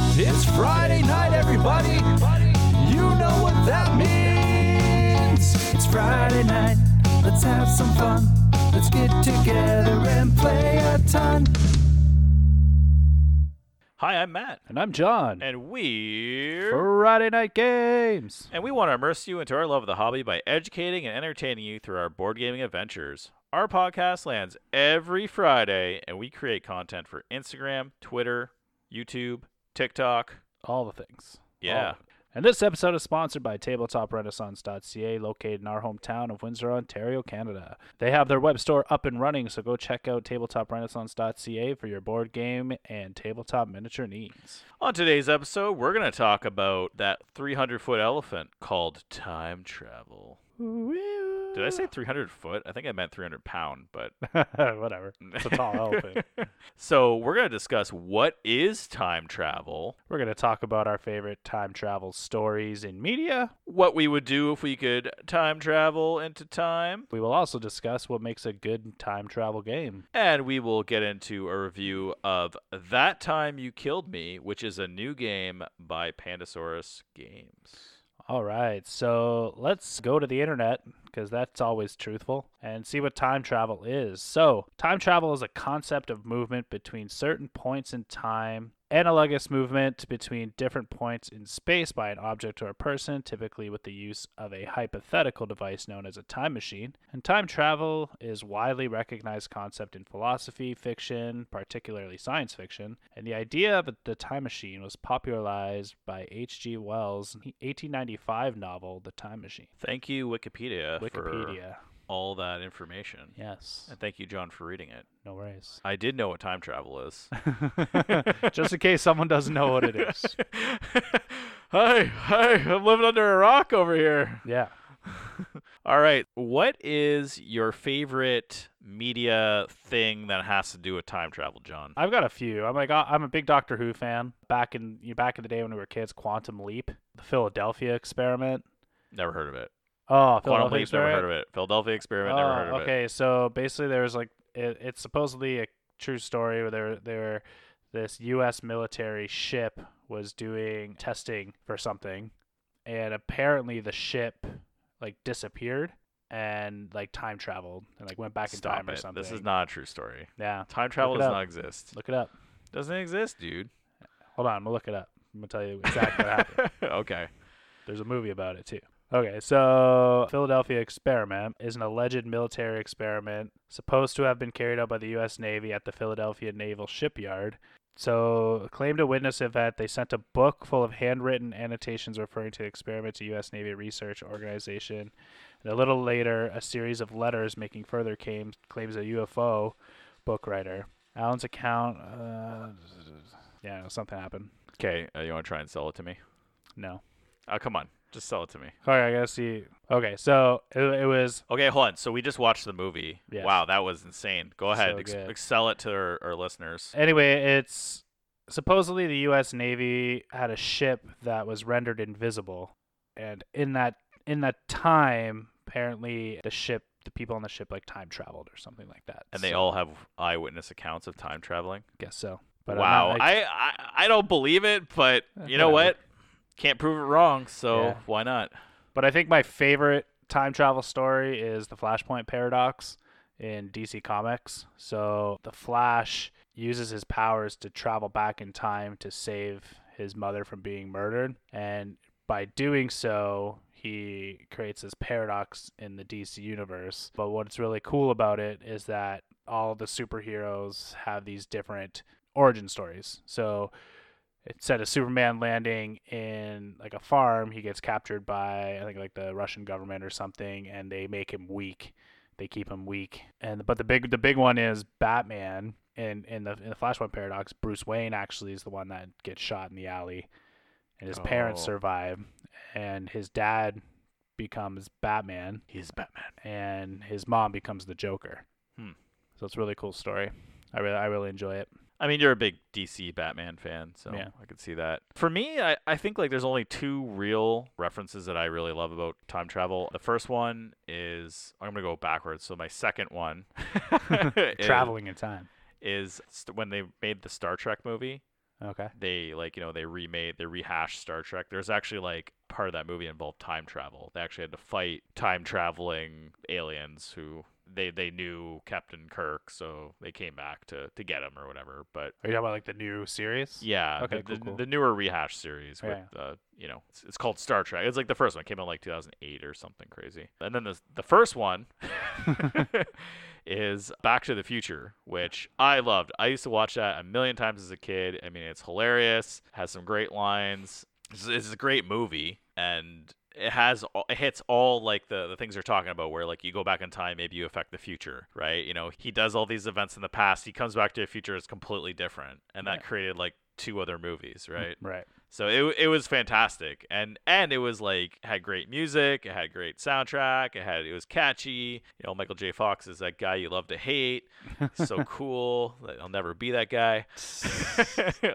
It's Friday night, everybody. You know what that means. It's Friday night. Let's have some fun. Let's get together and play a ton. Hi, I'm Matt, And I'm John. and we're Friday night games. and we want to immerse you into our love of the hobby by educating and entertaining you through our board gaming adventures. Our podcast lands every Friday, and we create content for Instagram, Twitter, YouTube, TikTok. All the things. Yeah. All of it. And this episode is sponsored by TabletopRenaissance.ca, located in our hometown of Windsor, Ontario, Canada. They have their web store up and running, so go check out TabletopRenaissance.ca for your board game and tabletop miniature needs. On today's episode, we're going to talk about that 300 foot elephant called time travel. Did I say 300 foot? I think I meant 300 pound, but Whatever. It's a tall elephant. so we're going to discuss what is time travel, We're going to talk about our favorite time travel stories in media. what we would do if we could time travel into time, We will also discuss what makes a good time travel game. and we will get into a review of That Time You Killed Me, which is a new game by Pandasaurus Games. All right, so let's go to the internet because that's always truthful and see what time travel is. So, time travel is a concept of movement between certain points in time, analogous movement between different points in space by an object or a person, typically with the use of a hypothetical device known as a time machine. And time travel is widely recognized concept in philosophy, fiction, particularly science fiction. And the idea of the time machine was popularized by H.G. Wells' 1895 novel, The Time Machine. Thank you, Wikipedia, for Wikipedia. all that information. Yes. And thank you, John, for reading it. No worries. I did know what time travel is. Just in case someone doesn't know what it is. hi, hi, I'm living under a rock over here. Yeah. All right, what is your favorite media thing that has to do with time travel, John? I've got a few. I'm like I'm a big Doctor Who fan. Back in you know, back in the day when we were kids, Quantum Leap, the Philadelphia experiment. Never heard of it. Oh, Quantum Philadelphia Leap, never heard of it. Philadelphia Experiment, never Oh, heard of it. okay, so basically there was like it, it's supposedly a true story where there there were this U.S. military ship was doing testing for something, and apparently the ship like disappeared and like time traveled and like went back in Stop time or it. something. This is not a true story. Yeah, Time travel it does up. not exist. look it up. Doesn't exist, dude. Hold on, I'm gonna look it up. I'm gonna tell you exactly what happened. okay. There's a movie about it too. Okay, so Philadelphia experiment is an alleged military experiment supposed to have been carried out by the U.S. Navy at the Philadelphia Naval Shipyard. So, claimed to witness the event, they sent a book full of handwritten annotations referring to the experiment to U.S. Navy Research Organization. And a little later, a series of letters making further came, claims a UFO book writer. Allen's account, uh, yeah, something happened. Okay, uh, you want to try and sell it to me? No. Oh, come on. Just sell it to me. All right, I gotta see. Okay, so it, it was Okay, hold on. So we just watched the movie. Yes. Wow, that was insane. Go ahead. So Ex- good. ex- sell it to our, our listeners. anyway. It's supposedly the U.S. Navy had a ship that was rendered invisible, and in that in that time, apparently the ship, the people on the ship, like time traveled or something like that. And they So, all have eyewitness accounts of time traveling. guess so. But I'm not, wow. like- I, I, I don't believe it, but Eh, you know whatever. what? Can't prove it wrong, so Yeah. why not? but I think my favorite time travel story is the Flashpoint paradox in DC Comics. So the Flash uses his powers to travel back in time to save his mother from being murdered, and by doing so, he creates this paradox in the DC universe. But what's really cool about it is that all the superheroes have these different origin stories. So instead of Superman landing in like a farm, he gets captured by I think like the Russian government or something, and they make him weak. They keep him weak. And but the big the big one is Batman. In, in the in the Flashpoint paradox, Bruce Wayne actually is the one that gets shot in the alley, and his parents Oh. survive, and his dad becomes Batman, He's Batman. and his mom becomes the Joker. Hmm. So it's a really cool story. I really I really enjoy it. I mean, you're a big DC Batman fan, so Yeah. I could see that. For me, I, I think like there's only two real references that I really love about time travel. The first one is I'm gonna go backwards. So my second one is, Traveling in time. is st- when they made the Star Trek movie. Okay. They like you know they remade they rehashed Star Trek. There's actually like part of that movie involved time travel. They actually had to fight time traveling aliens who they they knew Captain Kirk, so they came back to to get him or whatever. But Are you talking about like the new series? yeah, Okay, the, cool, the, cool. the newer rehash series with Yeah. uh, you know, it's, it's called Star Trek. It's like the first one it came out like 2008 or something crazy. And then the the first one is Back to the Future, which I loved. I used to watch that a million times as a kid. I mean, it's hilarious. Has some great lines. It's, it's a great movie, and it has all, it hits all like the the things you're talking about, where like you go back in time, maybe you affect the future, right? You know, he does all these events in the past. He comes back to the future is completely different, and that Yeah. created like two other movies, right? Right. So it it was fantastic, and and it was like had great music, it had great soundtrack, it had it was catchy. You know, Michael J. Fox is that guy you love to hate. He's so cool. Like, I'll never be that guy.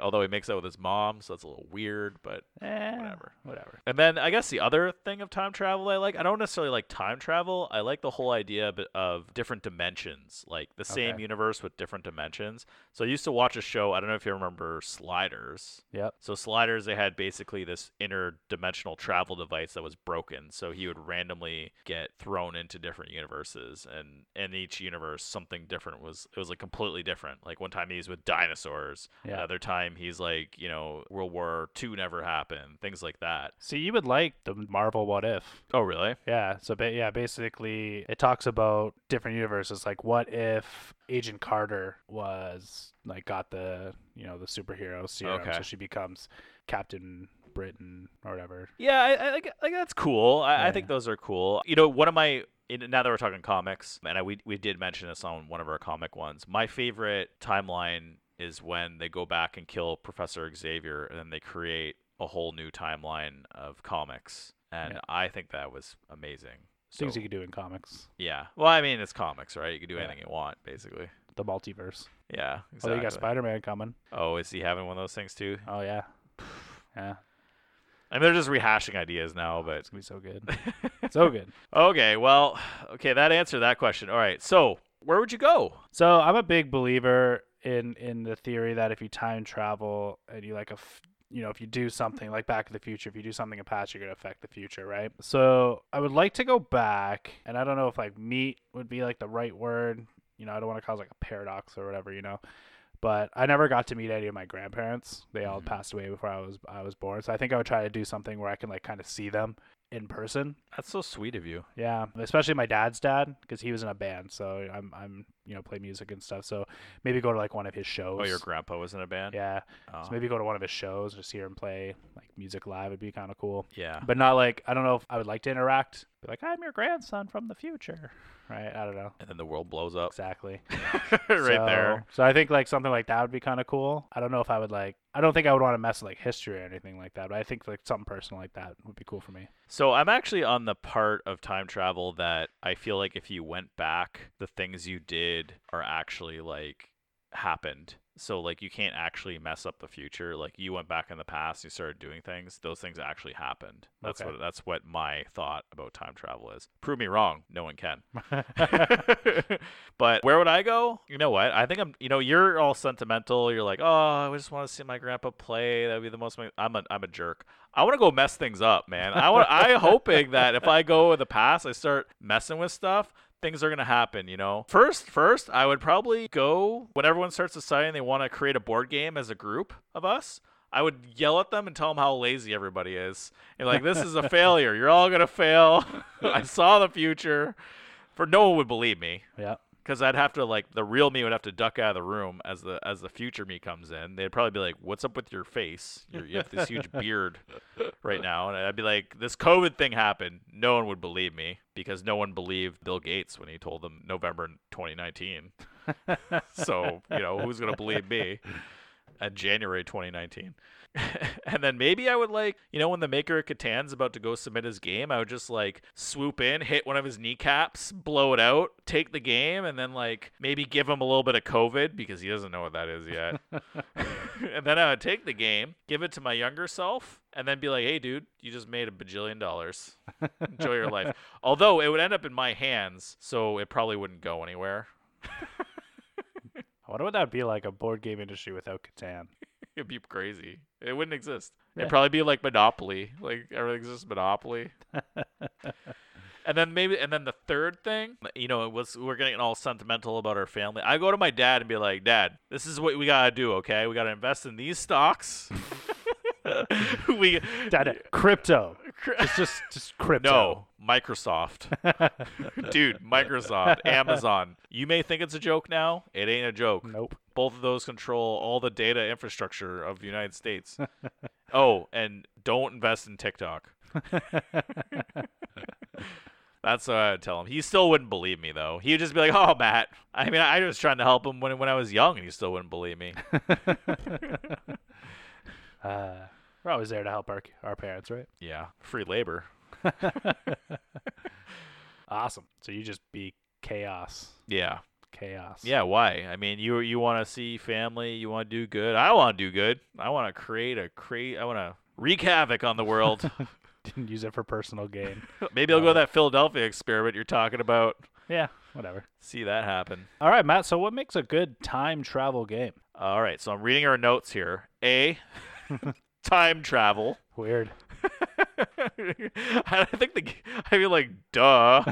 Although he makes out with his mom, so that's a little weird, but Eh, Whatever. Whatever. and then I guess the other thing of time travel I like, I don't necessarily like time travel. I like the whole idea of- of different dimensions, like the same Okay. universe with different dimensions. So I used to watch a show, I don't know if you remember Sliders. Yep. So sliders, they had basically this interdimensional travel device that was broken. So he would randomly get thrown into different universes, and in each universe, something different was it was like completely different. Like one time he's with dinosaurs, Yeah. another time he's like you know World War II never happened, things like that. See, you would like the Marvel What If. Oh really? Yeah. So, ba- yeah, basically, it talks about different universes. Like, what if Agent Carter was like got the you know the superhero serum, Okay. so she becomes Captain Britain or whatever. Yeah, I, I like like that's cool. I, I Yeah. think those are cool. You know, one of my in, now that we're talking comics, and I, we we did mention this on one of our comic ones. My favorite timeline is when they go back and kill Professor Xavier, and then they create a whole new timeline of comics. And Yeah. I think that was amazing. So Things you could do in comics, yeah, well, I mean, it's comics, right? You can do Yeah. anything you want, basically. the multiverse. Yeah, Oh, you got exactly. Spider Man coming. oh, is he having one of those things too? Oh yeah. Yeah, I mean, they're just rehashing ideas now, but it's gonna be so good. so good. Okay, well, okay, that answered that question. All right, so where would you go? So I'm a big believer in in the theory that if you time travel and you like a f- you know if you do something like Back to the Future, if you do something in the past, you're gonna affect the future, right? So I would like to go back, and I don't know if like meet would be like the right word. You know, I don't want to cause like a paradox or whatever. You know. But I never got to meet any of my grandparents. They all Mhm. passed away before I was I was born. So I think I would try to do something where I can like kind of see them in person. That's so sweet of you. Yeah, especially my dad's dad because he was in a band, so I'm I'm you know play music and stuff. So maybe go to like one of his shows. Oh, your grandpa was in a band? yeah. Oh, So maybe go to one of his shows and just hear him play like music live would be kind of cool. yeah. But not like I don't know if I would like to interact. Be like I'm your grandson from the future, right? I don't know And then the world blows up exactly. right there. So I think like something like that would be kind of cool. I don't know if I would like. I don't think I would want to mess with like history or anything like that. But I think like something personal like that would be cool for me. So I'm actually on the part of time travel that I feel like if you went back, the things you did are actually like happened. So like you can't actually mess up the future. Like you went back in the past, you started doing things, those things actually happened. That's Okay. what that's what my thought about time travel is. Prove me wrong, no one can. but where would I go? You know what? I think I'm. You know, you're all sentimental. You're like, oh, I just want to see my grandpa play. That would be the most. I'm a, I'm a jerk. I want to go mess things up, man. I want. I hoping that if I go in the past, I start messing with stuff. Things are gonna happen, you know. First, first, I would probably go when everyone starts deciding they want to create a board game as a group of us. I would yell at them and tell them how lazy everybody is, and like this is a failure. You're all gonna fail. I saw the future. For no one would believe me Yeah. because I'd have to like the real me would have to duck out of the room as the as the future me comes in. They'd probably be like, "What's up with your face? You're, you have this huge beard right now." And I'd be like, "This COVID thing happened." No one would believe me because no one believed Bill Gates when he told them November 2019. so you know who's gonna believe me? At January 2019. and then maybe I would like, you know, when the maker of Catan's about to go submit his game, I would just like swoop in, hit one of his kneecaps, blow it out, take the game, and then like maybe give him a little bit of COVID because he doesn't know what that is yet. and then I would take the game, give it to my younger self, and then be like, hey, dude, you just made a bajillion dollars. Enjoy your life. Although it would end up in my hands, so it probably wouldn't go anywhere. I wonder what that would be like a board game industry without Catan. It'd be crazy. It wouldn't exist. Yeah. It'd probably be like Monopoly. Like everything's just Monopoly. and then maybe and then the third thing, you know, it was we're getting all sentimental about our family. I go to my dad and be like, Dad, this is what we gotta do, okay? We gotta invest in these stocks. we Dad, crypto. Cr- It's just just crypto. no, Microsoft. Dude, Microsoft, Amazon. You may think it's a joke now. It ain't a joke. Nope. Both of those control all the data infrastructure of the United States. oh, and don't invest in TikTok. That's what I would tell him. He still wouldn't believe me though. He'd just be like, "Oh, Matt. I mean, I was trying to help him when when I was young, and he still wouldn't believe me." Uh, we're always there to help our our parents, right? yeah, free labor. Awesome. So you just be chaos, Yeah. chaos. Yeah, why? I mean, you you want to see family, you want to do good. I want to do good. I want to create a create. I want to wreak havoc on the world. Didn't use it for personal gain. Maybe I'll go to that Philadelphia experiment you're talking about. yeah. Whatever. See that happen. All right, Matt. So what makes a good time travel game? All right, so I'm reading our notes here. A, time travel. Weird. I think the g- I mean like duh.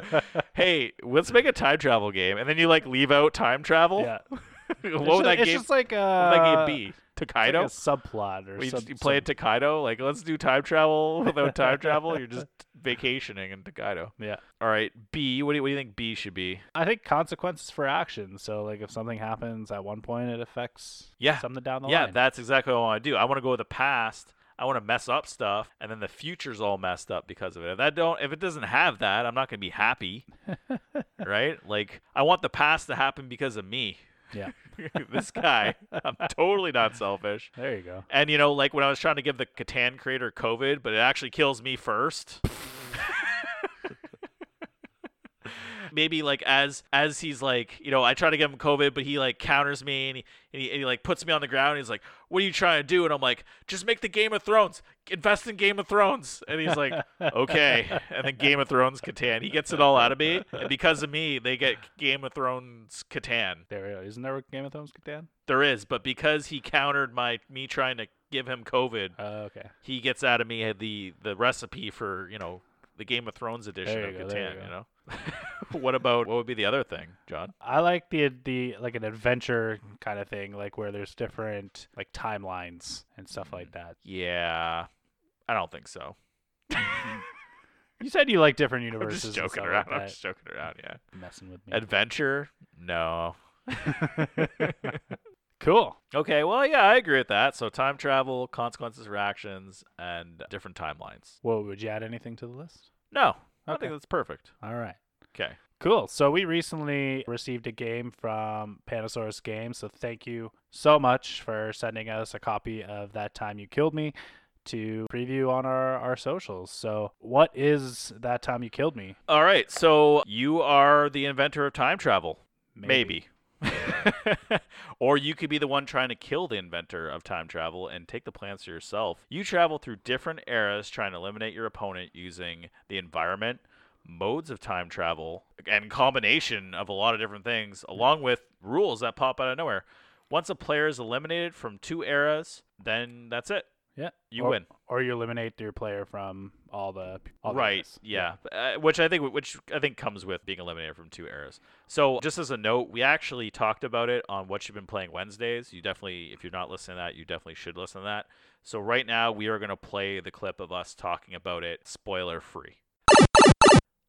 hey, let's make a time travel game, and then you like leave out time travel. Yeah. what would it's that just, It's game? just like what uh, would that game be? it's Tokaido. like a subplot or We some- just, you play some- it Takedo. Like, let's do time travel without time travel. You're just vacationing in Takedo. Yeah. All right. B. What do you, what do you think B should be? I think consequences for action. So like if something happens at one point, it affects Yeah. something down the yeah, line. that's exactly what I want to do. I want to go with the past. I want to mess up stuff, and then the future's all messed up because of it. If that don't, if it doesn't have that, I'm not gonna be happy, right? Like, I want the past to happen because of me. yeah. this guy, I'm totally not selfish. There you go. And you know, like when I was trying to give the Catan creator COVID, but it actually kills me first. Maybe like as as he's like, you know, I try to give him COVID, but he like counters me and he, and he, and he like puts me on the ground. And he's like, "What are you trying to do?" And I'm like, "Just make the Game of Thrones. Invest in Game of Thrones." And he's like, "Okay." And then Game of Thrones Catan, he gets it all out of me, and because of me, they get Game of Thrones Catan. There we go. Isn't there a Game of Thrones, Dan? There is, but because he countered my me trying to give him COVID, Uh, okay. he gets out of me the the recipe for you know the Game of Thrones edition There of you go, there Catan. you You, know, what about what would be the other thing, John? I like the the like an adventure kind of thing, like where there's different like timelines and stuff Mm. like that. Yeah, I don't think so. You said you like different I'm universes. just and joking stuff around. like I'm that. just joking around. Yeah, messing with me. adventure? No. cool. Okay, well, yeah, I agree with that. So, time travel, consequences for actions, and different timelines. Well, would you add anything to the list? No, I Okay. think that's perfect. All right. Okay. Cool. So we recently received a game from Panasaurus Games. So thank you so much for sending us a copy of That Time You Killed Me to preview on our, our socials. So what is That Time You Killed Me? All right, so you are the inventor of time travel. Maybe. or you could be the one trying to kill the inventor of time travel and take the plans to yourself. You travel through different eras trying to eliminate your opponent using the environment, modes of time travel, and combination of a lot of different things, along with rules that pop out of nowhere. Once a player is eliminated from two eras, then that's it. Yeah. You Or- win. Or you eliminate your player from all the all the right. guys. Yeah. Uh, which I think which I think comes with being eliminated from two eras. So just as a note, we actually talked about it on what you've been playing Wednesdays. You definitely, if you're not listening to that, you definitely should listen to that. So right now we are going to play the clip of us talking about it, spoiler free.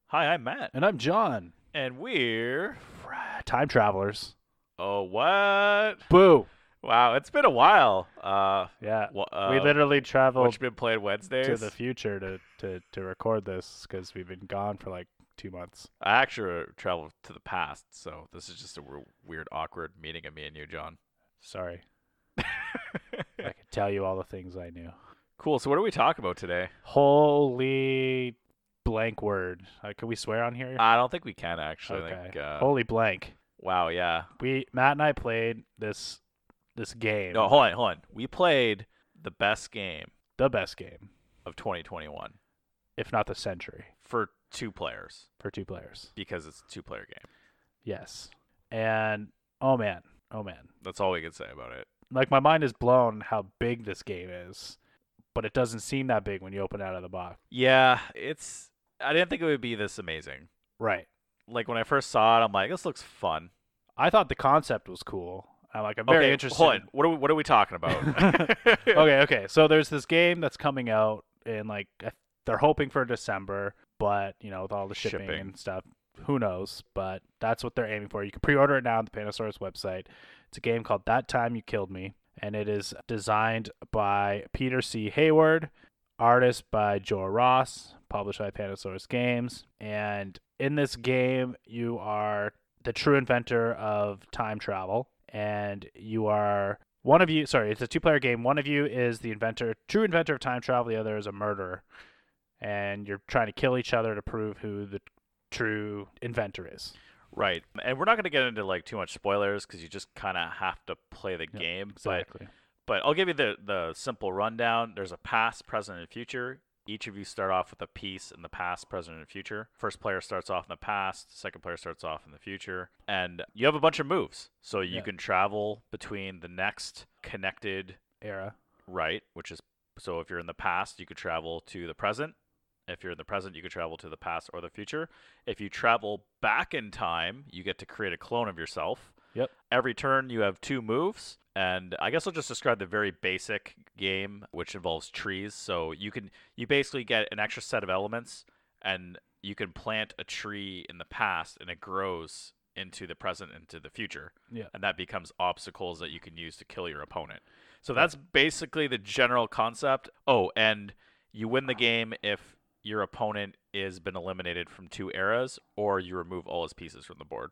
Hi, I'm Matt, And I'm John. and we're Fra- Time travelers. oh what? Boo. Wow, it's been a while. Uh, Yeah. wha- uh we literally what traveled you been playing Wednesdays? to the future to, to, to record this because we've been gone for like two months. I actually traveled to the past, so this is just a w- weird, awkward meeting of me and you, John. Sorry. I could tell you all the things I knew. Cool. So, what are we talking about today? Holy blank word. Uh, can we swear on here? I don't think we can actually. I okay. Oh. think, uh, Holy blank. wow. Yeah. We Matt and I played this this game. No, hold on, hold on. We played the best game the best game, of 2021 if not the century, for two players for two players. because it's a two-player game. Yes. And oh man, oh man, That's all we can say about it. Like my mind is blown how big this game is, but it doesn't seem that big when you open it out of the box. Yeah, it's. I didn't think it would be this amazing. Right. Like when I first saw it, I'm like, this looks fun. I thought the concept was cool. I'm like I'm very okay, interested. Hold on. What are we, what are we talking about? okay, okay. So there's this game that's coming out, and like I- they're hoping for December, but you know, with all the shipping, Shipping. and stuff, who knows? But that's what they're aiming for. You can pre-order it now on the Panasaurus website. It's a game called That Time You Killed Me, and it is designed by Peter C. Hayward, artist by Joe Ross, published by Panasaurus Games. And in this game, you are the true inventor of time travel, and you are one of you. Sorry, it's a two-player game. One of you is the inventor, true inventor of time travel. The other is a murderer, and you're trying to kill each other to prove who the true inventor is. right. And we're not going to get into like too much spoilers because you just kind of have to play the Yeah, game. But Exactly. But I'll give you the, the simple rundown. There's a past, present, and future. Each of you start off with a piece in the past, present, and future. First player starts off in the past, second player starts off in the future. And you have a bunch of moves. So you Yeah. can travel between the next connected Era. right, which is so if you're in the past, you could travel to the present. If you're in the present, you could travel to the past or the future. If you travel back in time, you get to create a clone of yourself. Yep. Every turn, you have two moves. And I guess I'll just describe the very basic game, which involves trees. So you can you basically get an extra set of elements, and you can plant a tree in the past, and it grows into the present, into the future. Yeah. And that becomes obstacles that you can use to kill your opponent. So that's basically the general concept. Oh, and you win the game if your opponent is been eliminated from two eras or you remove all his pieces from the board.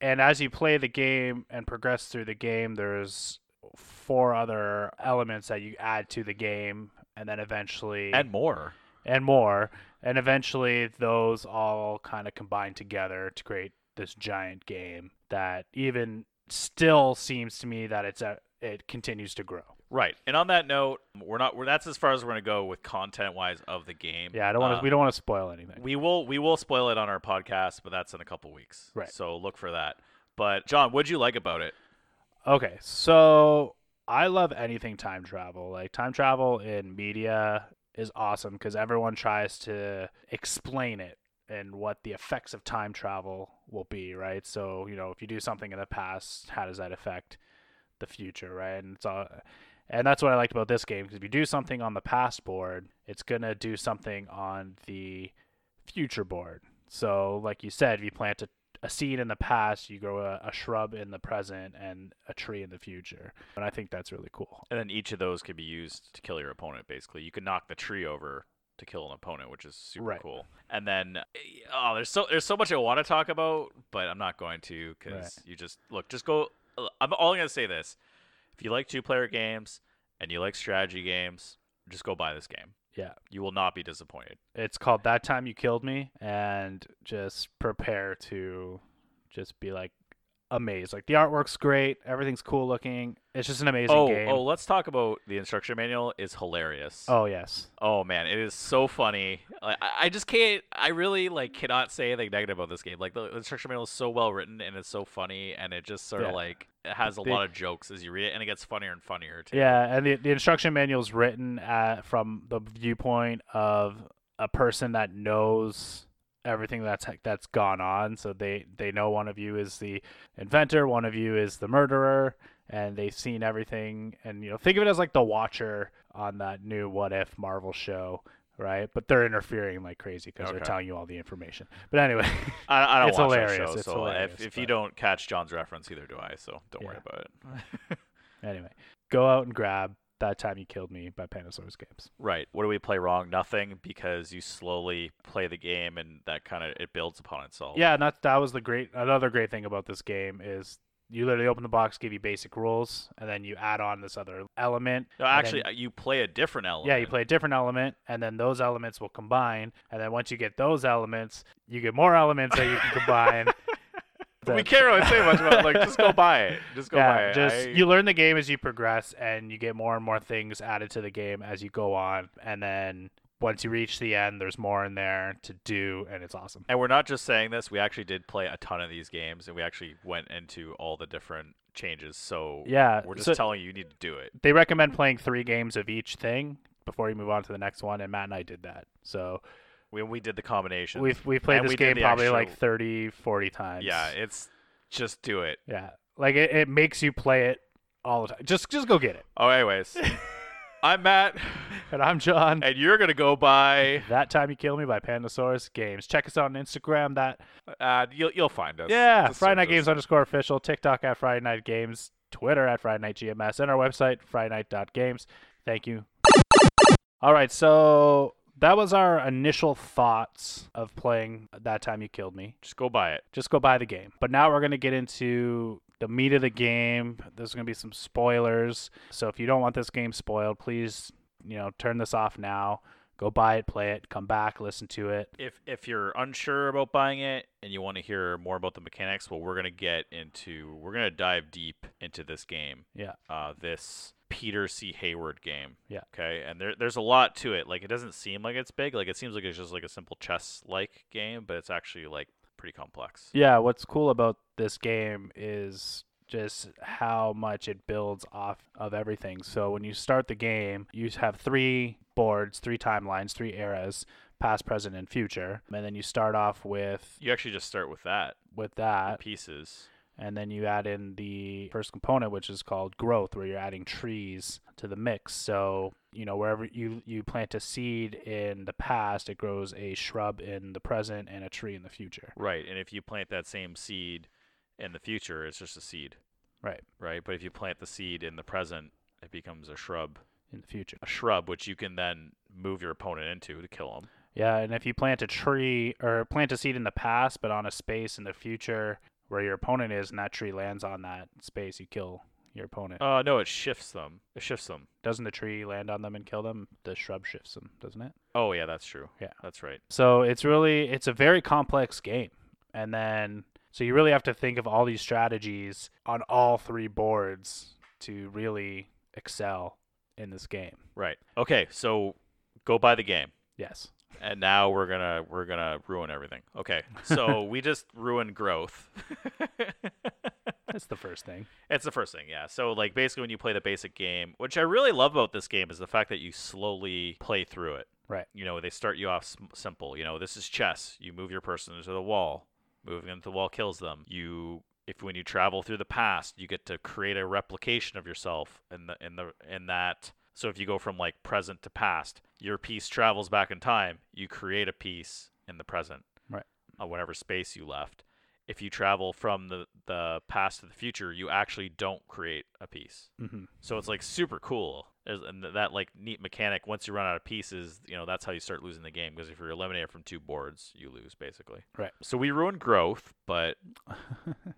and as you play the game and progress through the game there's four other elements that you add to the game and then eventually And more. and more and eventually those all kind of combine together to create this giant game that even still seems to me that it's a it continues to grow Right. And on that note, we're not we're, that's as far as we're going to go with content-wise of the game. yeah i don't want to Uh, we don't want to spoil anything We will we will spoil it on our podcast, but that's in a couple weeks. Right. So look for that. But John, what'd you like about it? Okay, so I love anything time travel. Like time travel in media is awesome because everyone tries to explain it and what the effects of time travel will be, right? So, you know, if you do something in the past, how does that affect the future, right? And it's all and that's what I liked about this game because if you do something on the past board, it's going to do something on the future board. So, like you said, if you plant a a seed in the past, you grow a, a shrub in the present, and a tree in the future. And I think that's really cool. And then each of those could be used to kill your opponent, basically. You can knock the tree over to kill an opponent, which is super Right. cool. And then oh, there's so there's so much I want to talk about, but I'm not going to because Right. you just look, just go uh, I'm all gonna say this. If you like two player games and you like strategy games, just go buy this game. Yeah. You will not be disappointed. It's called That Time You Killed Me, and just prepare to just be like amazed. Like the artwork's great, everything's cool looking. It's just an amazing oh, game. oh, let's talk about the instruction manual is hilarious. Oh, yes. Oh man, it is so funny. Like, I, I just can't. I really like cannot say anything negative about this game. Like the the instruction manual is so well written and it's so funny, and it just sort of Yeah. like it has a The- lot of jokes as you read it, and it gets funnier and funnier too. Yeah, and the, the instruction manual's written uh from the viewpoint of a person that knows everything that's that's gone on. So they they know one of you is the inventor, one of you is the murderer, and they've seen everything. And you know, think of it as like the watcher on that new What If Marvel show. Right, but they're interfering like crazy because they're Okay. telling you all the information. But anyway, I, I don't It's watch that hilarious, show, it's so hilarious, if, if you but- don't catch John's reference, either do I. So don't worry Yeah. about it. anyway, go out and grab that time you killed me by Panasaurus Games. Right. What do we play wrong? Nothing, because you slowly play the game, and that kind of it builds upon itself. Yeah, and that that was the great another great thing about this game is you literally open the box, give you basic rules, and then you add on this other element. No, and actually, then- you play a different element. yeah, you play a different element, and then those elements will combine, and then once you get those elements, you get more elements that you can combine. We That- can't really say much about it. Like, just go buy it. Just go buy yeah, it. just I- you learn the game as you progress, and you get more and more things added to the game as you go on, and then once you reach the end, there's more in there to do, and it's awesome. And we're not just saying this, we actually did play a ton of these games and we actually went into all the different changes. So Yeah, we're just so- telling you you need to do it. they recommend playing three games of each thing before you move on to the next one, and Matt and I did that. So When we did the combination, we've we've played And this we did game the probably actual- like 30, 40 times. yeah, it's just do it. yeah. Like it, it makes you play it all the time. Just just go get it. Oh, anyways, I'm Matt, And I'm John. and you're gonna go by. That time you kill me by Pandasaurus Games. Check us out on Instagram. That Uh, you'll you'll find us. yeah, Just Friday Night search us. Games underscore official. TikTok at Friday Night Games. Twitter at Friday Night GMS, and our website FridayNight.games. Thank you. All right, so that was our initial thoughts of playing That Time You Killed Me. Just go buy it. Just go buy the game. But now we're gonna get into the meat of the game. There's gonna be some spoilers. So if you don't want this game spoiled, please you know turn this off now. Go buy it, play it, come back, listen to it. If if you're unsure about buying it and you want to hear more about the mechanics, well, we're gonna get into we're gonna dive deep into this game. Yeah. uh, this Peter C. Hayward game. Yeah. Okay. And there, there's a lot to it. Like it doesn't seem like it's big. Like it seems like it's just like a simple chess-like game, but it's actually like pretty complex. Yeah, what's cool about this game is just how much it builds off of everything. So when you start the game, you have three boards, three timelines, three eras, past, present, and future. And then you start off with You actually just start with that with that, pieces. and then you add in the first component which is called growth where you're adding trees to the mix. So, you know, wherever you you plant a seed in the past, it grows a shrub in the present and a tree in the future. Right. And if you plant that same seed in the future, it's just a seed. Right. Right. But if you plant the seed in the present, it becomes a shrub. In the future. A shrub, which you can then move your opponent into to kill him. Yeah, and if you plant a tree or plant a seed in the past, but on a space in the future where your opponent is, and that tree lands on that space, you kill your opponent. Uh, no, it shifts them. It shifts them. Doesn't the tree land on them and kill them? The shrub shifts them, doesn't it? Oh yeah, that's true. Yeah. that's right. So it's really it's a very complex game, and then so you really have to think of all these strategies on all three boards to really excel in this game. Right. Okay. So go buy the game. Yes. and now we're gonna we're gonna ruin everything. Okay, so we just ruined growth. That's the first thing. it's the first thing, yeah. So like basically, when you play the basic game, which I really love about this game is the fact that you slowly play through it. Right. You know, they start you off sim- simple. You know, this is chess. You move your person into the wall. Moving into the wall kills them. You if when you travel through the past, you get to create a replication of yourself in the in the in that. So if you go from like present to past, your piece travels back in time. You create a piece in the present uh, whatever space you left. If you travel from the, the past to the future, you actually don't create a piece. hmm So it's like super cool. There's- And th- that like neat mechanic, once you run out of pieces, you know, that's how you start losing the game. Because if you're eliminated from two boards, you lose basically. Right. So we ruined growth, but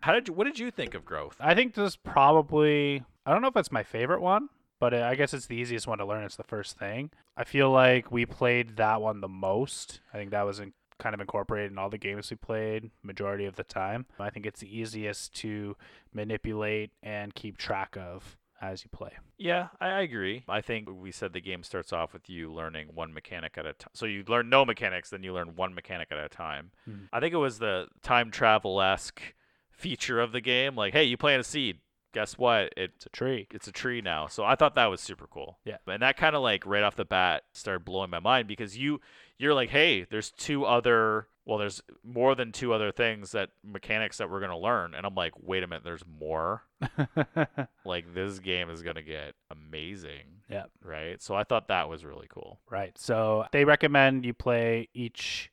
how did you, what did you think of growth? I think this probably I don't know if it's my favorite one, but I guess it's the easiest one to learn. It's the first thing. I feel like we played that one the most. I think that was in, kind of incorporated in all the games we played majority of the time. I think it's the easiest to manipulate and keep track of as you play. Yeah, I I agree. I think we said the game starts off with you learning one mechanic at a time. So you learn no mechanics, then you learn one mechanic at a time. Mhm. I think it was the time travel esque feature of the game. Like, hey, you plant a seed. Guess what? It It's a tree. it's a tree now. So I thought that was super cool. Yeah. And that kind of like right off the bat started blowing my mind because you you're like, hey, there's two other well, there's more than two other things that mechanics that we're gonna learn. And I'm like, wait a minute, there's more like this game is gonna get amazing. Yep. Right. So I thought that was really cool. right. So they recommend you play each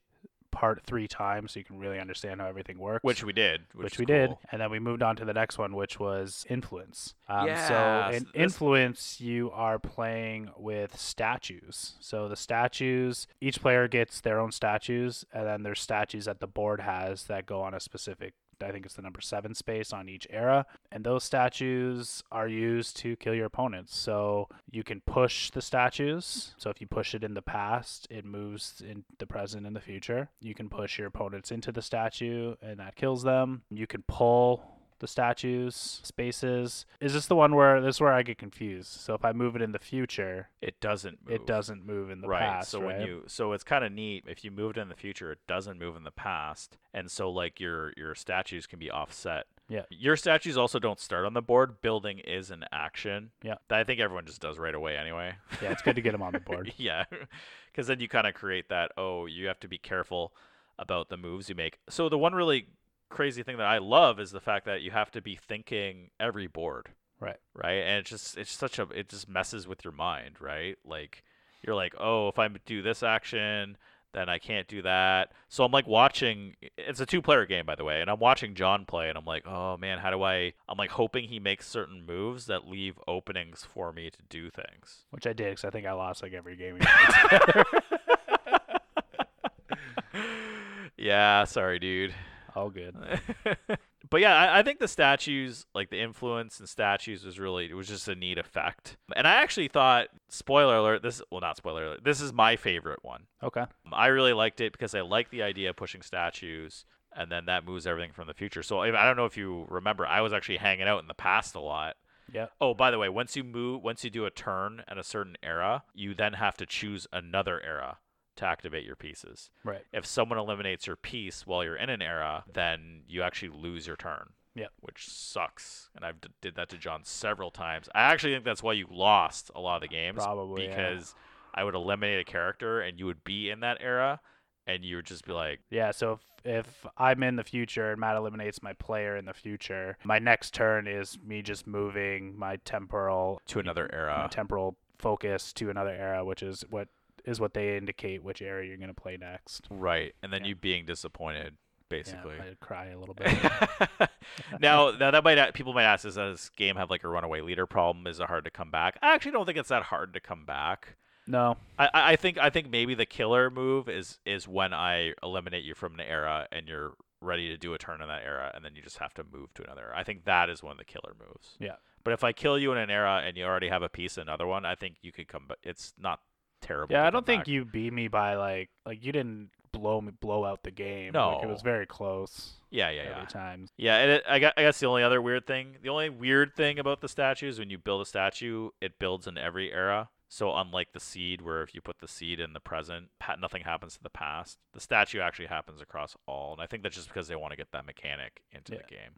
part 3 times so you can really understand how everything works. Which we did. Which, which, is we did, cool. and then we moved on to the next one, which was influence. Um, Yeah, so in so this- influence, you are playing with statues. So the statues, each player gets their own statues, and then there's statues that the board has that go on a specific. I think it's the number seven space on each era, and those statues are used to kill your opponents. So you can push the statues. So if you push it in the past, it moves in the present and the future. You can push your opponents into the statue, and that kills them. You can pull the statues spaces. Is this the one where this is where I get confused? So if I move it in the future, It doesn't move. it doesn't move in the right. past, so right? when you so it's kind of neat if you moved in the future, it doesn't move in the past, and so like your your statues can be offset. Yeah. Your statues also don't start on the board. Building is an action. Yeah. That I think everyone just does right away anyway. Yeah, it's good to get him on the board. yeah. Because then you kind of create that, oh, you have to be careful about the moves you make. So the one really crazy thing that I love is the fact that you have to be thinking every board. Right. Right. And it's just, it's such a, it just messes with your mind, right? Like, you're like, oh, if I do this action, then I can't do that. So I'm like watching. It's a two-player game, by the way, and I'm watching John play, and I'm like, oh man, how do I? I'm like hoping he makes certain moves that leave openings for me to do things. Which I did because I think I lost like every game. we yeah, sorry, dude. All good. but yeah, I, I think the statues, like the influence in statues, was really it was just a neat effect. And I actually thought, spoiler alert, this well not spoiler alert, this is my favorite one. Okay. I really liked it because I like the idea of pushing statues, and then that moves everything from the future. So I I don't know if you remember, I was actually hanging out in the past a lot. Yeah. Oh, by the way, once you move, once you do a turn at a certain era, you then have to choose another era to activate your pieces. Right. If someone eliminates your piece while you're in an era, then you actually lose your turn. Yeah. Which sucks, and I've d- did that to John several times. I actually think that's why you lost a lot of the games Probably, yeah. because I would eliminate a character and you would be in that era, and you would just be like, Yeah. So if, if I'm in the future and Matt eliminates my player in the future, my next turn is me just moving my temporal to another my era. temporal focus to another era, which is what is what they indicate which era you're gonna play next. Right, and then Yeah. you being disappointed, basically. Yeah, I cry a little bit. now, now that might a- people might ask, does this game have like a runaway leader problem? Is it hard to come back? I actually don't think it's that hard to come back. no. I, I I think I think maybe the killer move is is when I eliminate you from an era and you're ready to do a turn in that era, and then you just have to move to another. Era. I think that is one of the killer moves. Yeah. But if I kill you in an era and you already have a piece in another one, I think you could come. But it's not terrible. Yeah, to I don't come think back. you beat me by like like you didn't blow me blow out the game. Like, it was No. very close. Yeah, yeah, every yeah. time. Yeah, and it, I, gu- I guess the only other weird thing, the only weird thing about the statue is when you build a statue, it builds in every era. So unlike the seed, where if you put the seed in the present, pa- nothing happens to the past. The statue actually happens across all, and I think that's just because they want to get that mechanic into Yeah. the game.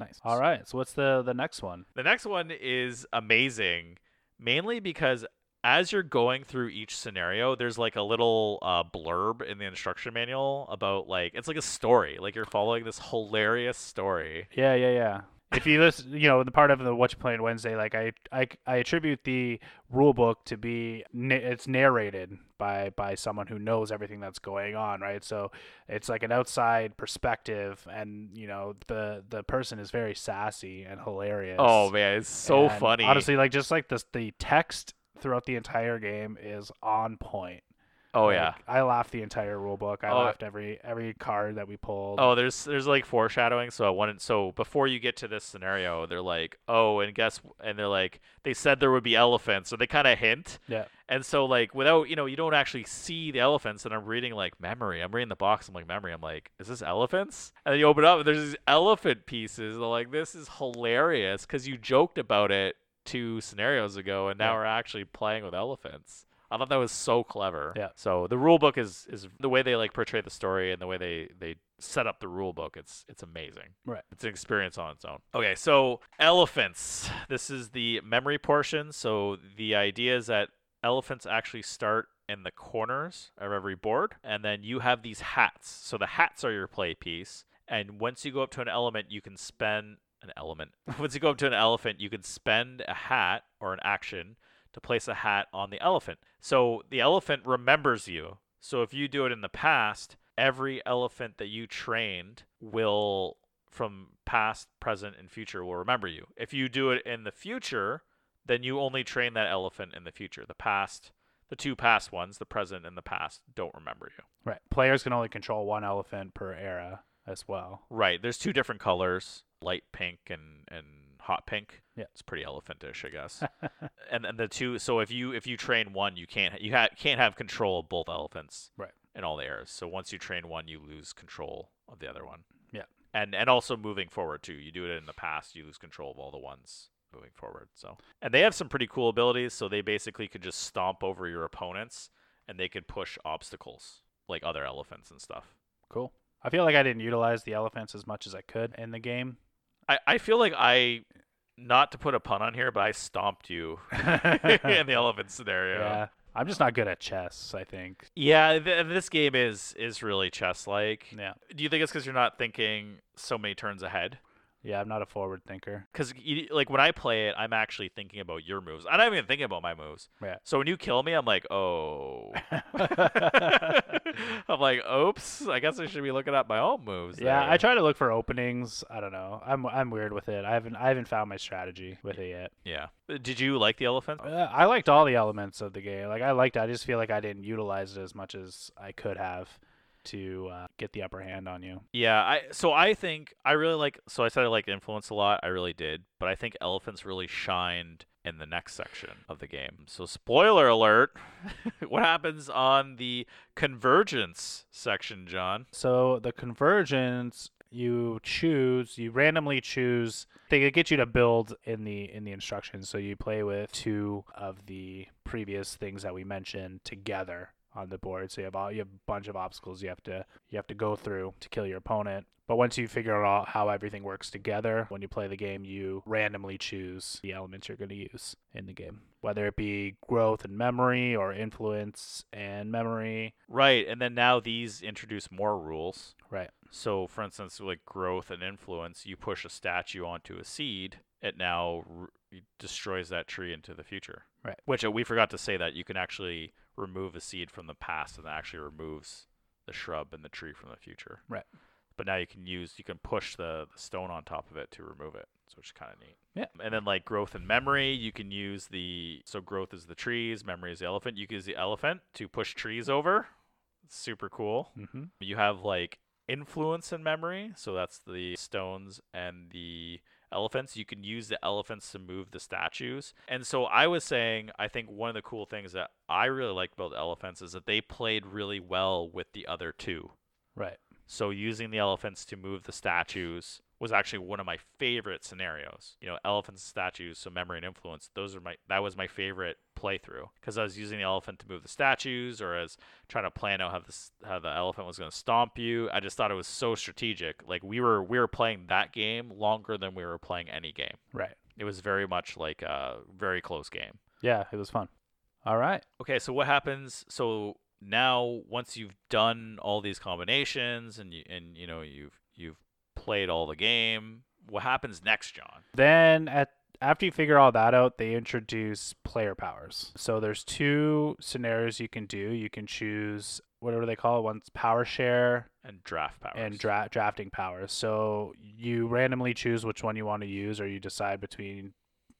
Nice. All right. So what's the the next one? The next one is amazing, mainly because as you're going through each scenario, there's like a little uh, blurb in the instruction manual about like it's like a story, like you're following this hilarious story. Yeah, yeah, yeah. If you listen, you know the part of the What You Playing Wednesday, like I, I, I attribute the rule book to be na- it's narrated by by someone who knows everything that's going on, right? So it's like an outside perspective, and you know the the person is very sassy and hilarious. Oh man, it's so And funny. Honestly, like just like this, the text throughout the entire game is on point. oh Like, yeah. I laughed the entire rule book. I Oh. laughed every every card that we pulled. Oh, there's there's like foreshadowing. So I wanted so before you get to this scenario, they're like, oh, and guess, and they're like, they said there would be elephants, so they kind of hint. yeah, And so like without you know you don't actually see the elephants, and I'm reading like memory. I'm reading the box. I'm like memory. I'm like, is this elephants? And then you open it up, and there's these elephant pieces. And I'm like, this is hilarious because you joked about it two scenarios ago, and now Yeah. we're actually playing with elephants. I thought that was so clever. Yeah. So the rule book is is the way they like portray the story and the way they they set up the rule book. It's it's amazing. Right. It's an experience on its own. Okay, so elephants. This is the memory portion. So the idea is that elephants actually start in the corners of every board, and then you have these hats. So the hats are your play piece, and once you go up to an element, you can spend an element. once you go up to an elephant, you can spend a hat or an action to place a hat on the elephant. So the elephant remembers you. So if you do it in the past, every elephant that you trained will from past, present and future will remember you. If you do it in the future, then you only train that elephant in the future. The past, the two past ones, the present and the past don't remember you. right. Players can only control one elephant per era as well. Right. There's two different colors, light pink and and hot pink. Yeah. It's pretty elephantish, I guess. and and the two so if you if you train one, you can't you ha- can't have control of both elephants. Right. In all the eras. So once you train one, you lose control of the other one. Yeah. And and also moving forward too. You do it in the past, you lose control of all the ones moving forward. So and they have some pretty cool abilities, so they basically could just stomp over your opponents and they could push obstacles like other elephants and stuff. Cool. I feel like I didn't utilize the elephants as much as I could in the game. I, I feel like I, not to put a pun on here, but I stomped you in the elephant scenario. yeah. I'm just not good at chess, I think. Yeah, th- this game is is really chess like. Yeah. Do you think it's because you're not thinking so many turns ahead? Yeah, I'm not a forward thinker. Because like when I play it, I'm actually thinking about your moves. I'm not even thinking about my moves. Yeah. So when you kill me, I'm like, oh. I'm like, oops. I guess I should be looking up my own moves. Yeah, there. I try to look for openings. I don't know. I'm I'm weird with it. I haven't I haven't found my strategy with it yet. Yeah. Did you like the elephant? Uh, I liked all the elements of the game. Like I liked. It. I just feel like I didn't utilize it as much as I could have to uh, get the upper hand on you. Yeah, I so I think I really like so I said I liked influence a lot, I really did, but I think elephants really shined in the next section of the game. So spoiler alert, what happens on the convergence section, John? So the convergence you choose, you randomly choose. They get you to build in the in the instructions. So you play with two of the previous things that we mentioned together on the board. So you have all, you have a bunch of obstacles you have to you have to go through to kill your opponent. But once you figure out how everything works together, when you play the game, you randomly choose the elements you're going to use in the game, whether it be growth and memory or influence and memory. Right, and then now these introduce more rules. Right. So for instance, like growth and influence, you push a statue onto a seed, it now r- destroys that tree into the future. Right. Which uh, we forgot to say that you can actually remove a seed from the past and that actually removes the shrub and the tree from the future. Right. But now you can use you can push the, the stone on top of it to remove it. So which is kind of neat. Yeah. And then like growth and memory, you can use the so growth is the trees, memory is the elephant. You can use the elephant to push trees over. Super cool. Mm-hmm. You have like influence and memory, so that's the stones and the elephants. You can use the elephants to move the statues. And so I was saying, I think one of the cool things that I really liked about the elephants is that they played really well with the other two. Right. So using the elephants to move the statues was actually one of my favorite scenarios. You know, elephants, statues, so memory and influence. Those are my that was my favorite playthrough because I was using the elephant to move the statues, or as trying to plan out how this how the elephant was going to stomp you. I just thought it was so strategic. Like we were we were playing that game longer than we were playing any game. Right. It was very much like a very close game. Yeah, it was fun. All right. Okay, so what happens? So now, once you've done all these combinations and you and you know you've you've played all the game, what happens next, John? Then at after you figure all that out, they introduce player powers. So there's two scenarios you can do. You can choose whatever they call it. One's power share And draft powers. and dra- drafting powers. So you randomly choose which one you want to use, or you decide between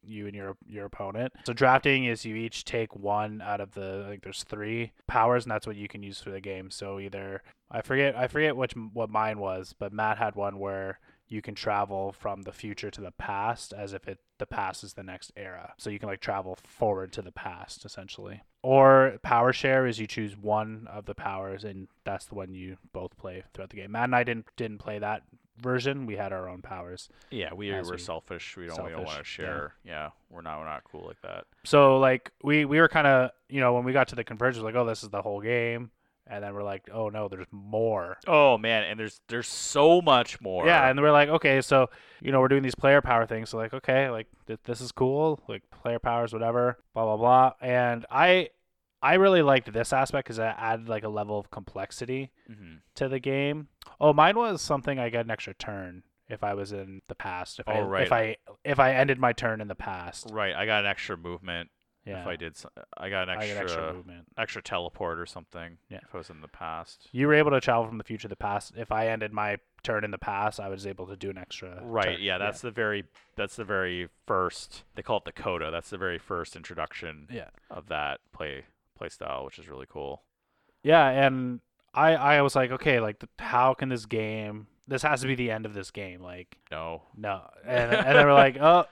you and your your opponent. So drafting is you each take one out of the I think there's three powers, and that's what you can use for the game. So either I forget I forget which what mine was, but Matt had one where you can travel from the future to the past as if it the past is the next era. So you can like travel forward to the past essentially. Or power share is you choose one of the powers and that's the one you both play throughout the game. Matt and I didn't didn't play that version. We had our own powers. yeah, we As were we- selfish. We don't we don't selfish, want to yeah. share. Yeah. we're not we're not cool like that. So like we we were kind of you know when we got to the convergence like oh this is the whole game and then we're like oh no there's more Oh man, and there's there's so much more. Yeah, and we're like, okay, so you know we're doing these player power things. So like, okay, like th- this is cool, like player powers, whatever, blah blah blah. And I, I really liked this aspect because it added like a level of complexity hmm to the game. Oh, mine was something I got an extra turn if I was in the past. If I Oh, right. if I if I ended my turn in the past, right. I got an extra movement yeah, if I did. so- I got an I extra get extra extra, movement. teleport or something. Yeah. if I was in the past. You were able to travel from the future to the past. If I ended my turn in the past, I was able to do an extra. turn. Right. Yeah. That's the very. That's the very first. They call it the coda. That's the very first introduction yeah. of that play play style, which is really cool. Yeah, and I I was like, okay, like th- how can this game? This has to be the end of this game. Like No. no, and and they were like, oh,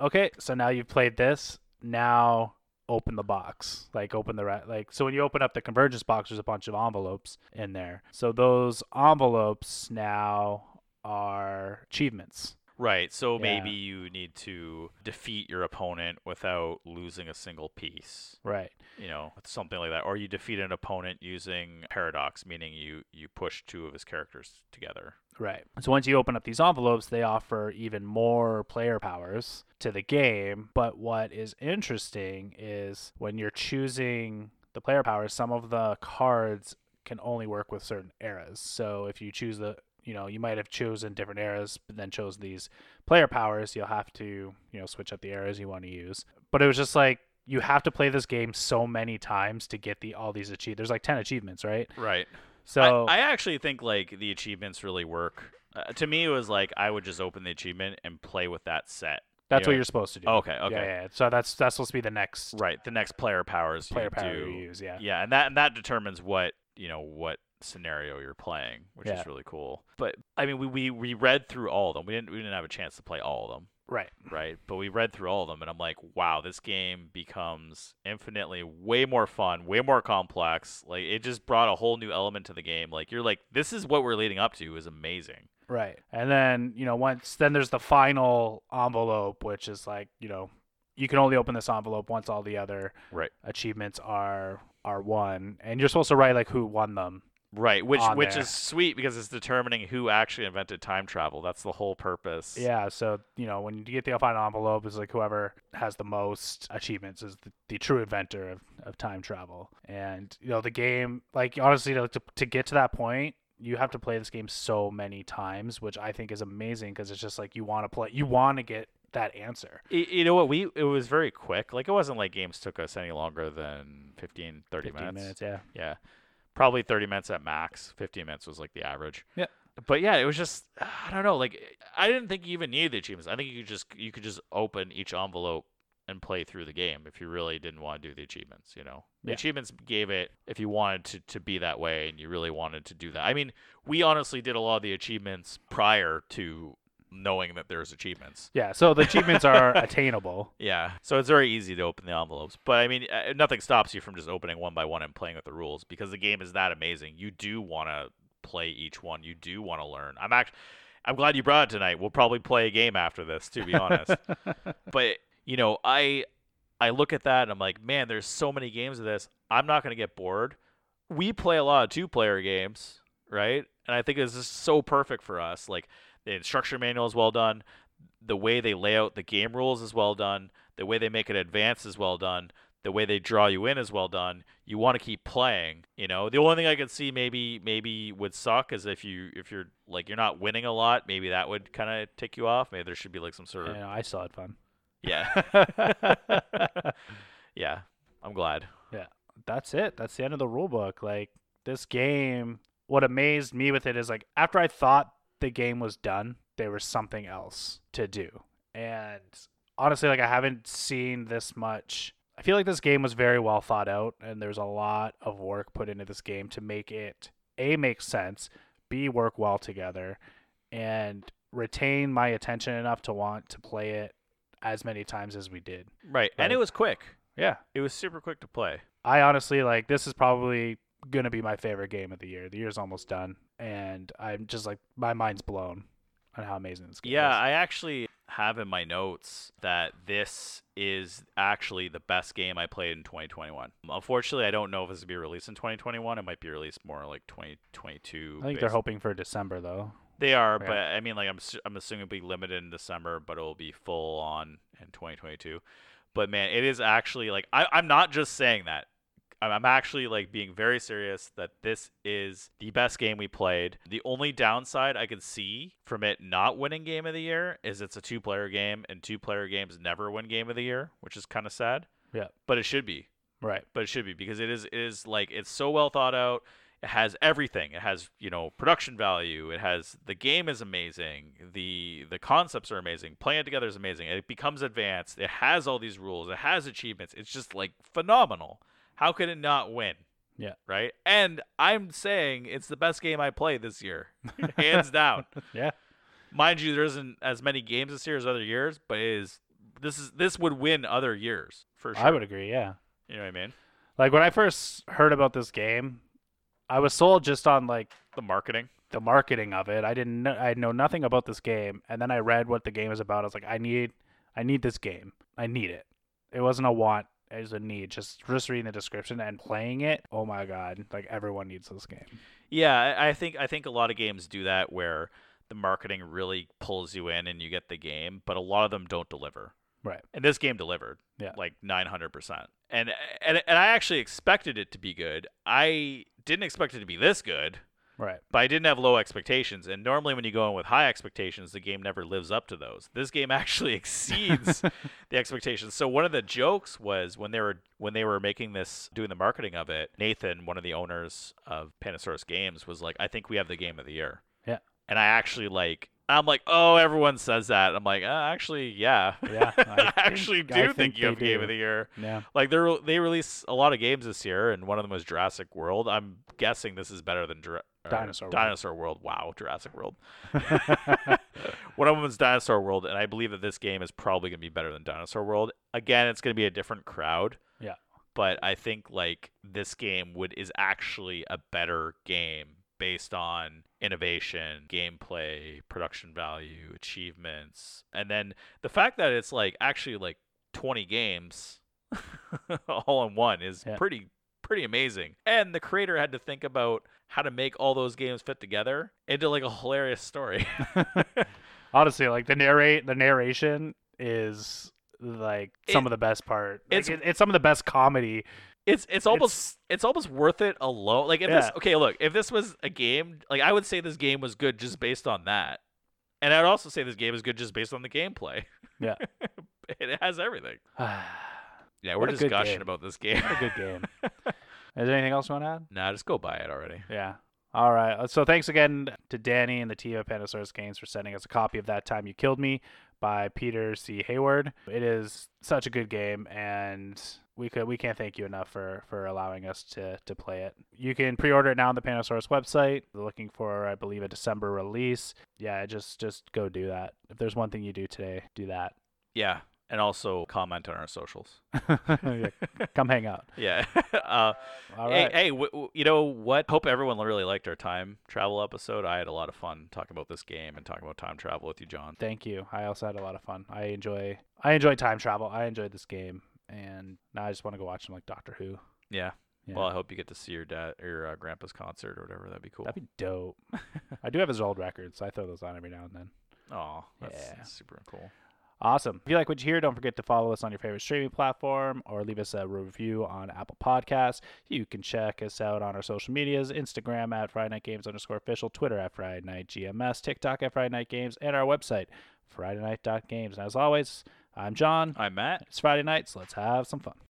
okay. So now you've played this. Now open the box. Like open the right. Like so when you open up the convergence box, there's a bunch of envelopes in there. So those envelopes now are achievements. Right. So Yeah. maybe you need to defeat your opponent without losing a single piece. Right. You know, something like that. Or you defeat an opponent using paradox, meaning you you push two of his characters together. Right. So once you open up these envelopes, they offer even more player powers to the game. But what is interesting is when you're choosing the player powers, some of the cards can only work with certain eras. So if you choose the you know, you might have chosen different eras, but then chose these player powers. You'll have to, you know, switch up the eras you want to use. But it was just like you have to play this game so many times to get the all these achieve. There's like ten achievements, right? Right. So I, I actually think like the achievements really work. Uh, to me, it was like I would just open the achievement and play with that set. that's what Yeah. you're supposed to do. Okay. Okay. Yeah, yeah. So that's that's supposed to be the next Right. The next player powers. you player power do- you use. Yeah. yeah and that and that determines what you know what scenario you're playing which Yeah. is really cool but i mean we, we we read through all of them we didn't we didn't have a chance to play all of them Right. right but we read through all of them and i'm like wow this game becomes infinitely way more fun way more complex like it just brought a whole new element to the game like you're like this is what we're leading up to is amazing Right. And then you know once then there's the final envelope, which is like you know you can only open this envelope once all the other Right. achievements are are won, and you're supposed to write like who won them. right which On which there. is sweet because it's determining who actually invented time travel that's the whole purpose Yeah. So you know when you get the final envelope, it's like whoever has the most achievements is the, the true inventor of, of time travel. And you know the game, like honestly, to to, to get to that point. You have to play this game so many times, which I think is amazing because it's just like you want to play, you want to get that answer. Y- You know what? We it was very quick. Like it wasn't like games took us any longer than 15, 30 minutes. yeah. Yeah. Probably 30 minutes at max. 15 minutes was like the average. Yeah. But yeah, it was just I don't know, like I didn't think you even needed the achievements. I think you just you could just open each envelope and play through the game if you really didn't want to do the achievements, you know. The Yeah. achievements gave it if you wanted to to be that way and you really wanted to do that. I mean, we honestly did a lot of the achievements prior to knowing that there's achievements. Yeah, so the achievements are attainable. Yeah. So it's very easy to open the envelopes. But I mean, uh, nothing stops you from just opening one by one and playing with the rules because the game is that amazing. You do want to play each one. You do want to learn. I'm actually I'm glad you brought it tonight. We'll probably play a game after this, to be honest. but, you know, I I look at that and I'm like, "Man, there's so many games of this. I'm not going to get bored." We play a lot of two-player games, right? And I think this is so perfect for us. Like the instruction manual is well done the way they lay out the game rules is well done. The way they make it advance is well done. The way they draw you in is well done. You want to keep playing, you know. The only thing I could see maybe maybe would suck is if you if you're like you're not winning a lot, maybe that would kind of tick you off. Maybe there should be like some sort you of know, I still had fun. yeah. yeah. I'm glad. That's it. That's the end of the rule book. Like this game, what amazed me with it is like after I thought the game was done, there was something else to do. And honestly, like I haven't seen this much. I feel like this game was very well thought out and there's a lot of work put into this game to make it A make sense, B work well together, and retain my attention enough to want to play it as many times as we did. Right. And Right. it was quick. Yeah. It was super quick to play. I honestly like this is probably gonna be my favorite game of the year. The year's almost done, and I'm just like my mind's blown on how amazing this game Yeah, is. I actually have in my notes that this is actually the best game I played in 2021. Unfortunately, I don't know if this will be released in 2021. It might be released more like 2022. I think they're based- hoping for December though. They are, Yeah. but I mean, like I'm, assu- I'm assuming it'll be limited in December, but it'll be full on in 2022. But man, it is actually like I, I'm not just saying that. I'm- I'm actually like being very serious that this is the best game we played. The only downside I could see from it not winning game of the year is it's a two player game, and two player games never win game of the year, which is kind of sad. Yeah. But it should be Right. but it should be because it is it is like it's so well thought out. It has everything. It has you know production value. It has the game is amazing. the The concepts are amazing. Playing it together is amazing. It becomes advanced. It has all these rules. It has achievements. It's just like phenomenal. How could it not win? Yeah. Right. And I'm saying it's the best game I played this year, hands down. Yeah. Mind you, there isn't as many games this year as other years, but it is this is this would win other years for sure. I would agree. Yeah. You know what I mean? Like when I first heard about this game, I was sold just on like The marketing. the marketing of it. I didn't know, I know nothing about this game, and then I read what the game is about. I was like, I need I need this game. I need it. It wasn't a want. It was a need. Just just reading the description and playing it. Oh my god! Like everyone needs this game. Yeah, I- I think I think a lot of games do that where the marketing really pulls you in and you get the game, but a lot of them don't deliver. Right. And this game delivered. Yeah. Like 900%. And and and I actually expected it to be good. I didn't expect it to be this good, Right. but I didn't have low expectations. And normally when you go in with high expectations, the game never lives up to those. This game actually exceeds the expectations. So one of the jokes was when they were when they were making this doing the marketing of it, Nathan, one of the owners of Panasaurus Games, was like, I think we have the game of the year. Yeah. And I actually like I'm like, oh, everyone says that. I'm like, uh, actually, yeah. Yeah, I, I actually think- do I think, think you have they game do. of the year. Yeah. Like they re- they release a lot of games this year, and one of them was Jurassic World. I'm guessing this is better than Jura- or Dinosaur World. Dinosaur World. Wow, Jurassic World. one of them is Dinosaur World, and I believe that this game is probably going to be better than Dinosaur World. Again, it's going to be a different crowd. Yeah. But I think like this game would is actually a better game based on innovation, gameplay, production value, achievements, and then the fact that it's like actually like 20 games all in one is Yeah. pretty pretty amazing. And the creator had to think about how to make all those games fit together into like a hilarious story. Honestly, like the narrate the narration is like some It- of the best part. Like, it's- it's it's some of the best comedy. It's it's almost it's, almost worth it alone. Like if this Yeah. okay, look, if this was a game, like I would say this game was good just based on that. And I'd also say this game is good just based on the gameplay. Yeah. it has everything. a Yeah, What we're a just good gushing game. about this game. good game. Is there anything else you want to add? nah, just go buy it already. Yeah. All right. Uh, So thanks again to Danny and the team at Panasaurus Games for sending us a copy of That Time You Killed Me by Peter C. Hayward. It is such a good game and we could we can't thank you enough for for allowing us to to play it. You can pre-order it now on the Panasaurus website. They're looking for I believe a December release. Yeah, just just go do that. If there's one thing you do today, do that. Yeah. And also comment on our socials. Yeah, Come hang out. Yeah. uh, All hey, right. hey w- w- you know what? Hope everyone really liked our time travel episode. I had a lot of fun talking about this game and talking about time travel with you, John. Thank you. I also had a lot of fun. I enjoy I enjoy time travel. I enjoyed this game, and now I just want to go watch some like Doctor Who. Yeah. Yeah. Well, I hope you get to see your dad or your, uh, grandpa's concert or whatever. That'd be cool. That'd be dope. I do have his old records. So I throw those on every now and then. Oh, that's, Yeah. that's super cool. Awesome. If you like what you hear, don't forget to follow us on your favorite streaming platform or leave us a review on Apple Podcasts. You can check us out on our social medias Instagram at Friday Night Games underscore official, Twitter at Friday Night GMS, TikTok at Friday Night Games, and our website, FridayNight.games. And as always, I'm John. I'm Matt. It's Friday night, so let's have some fun.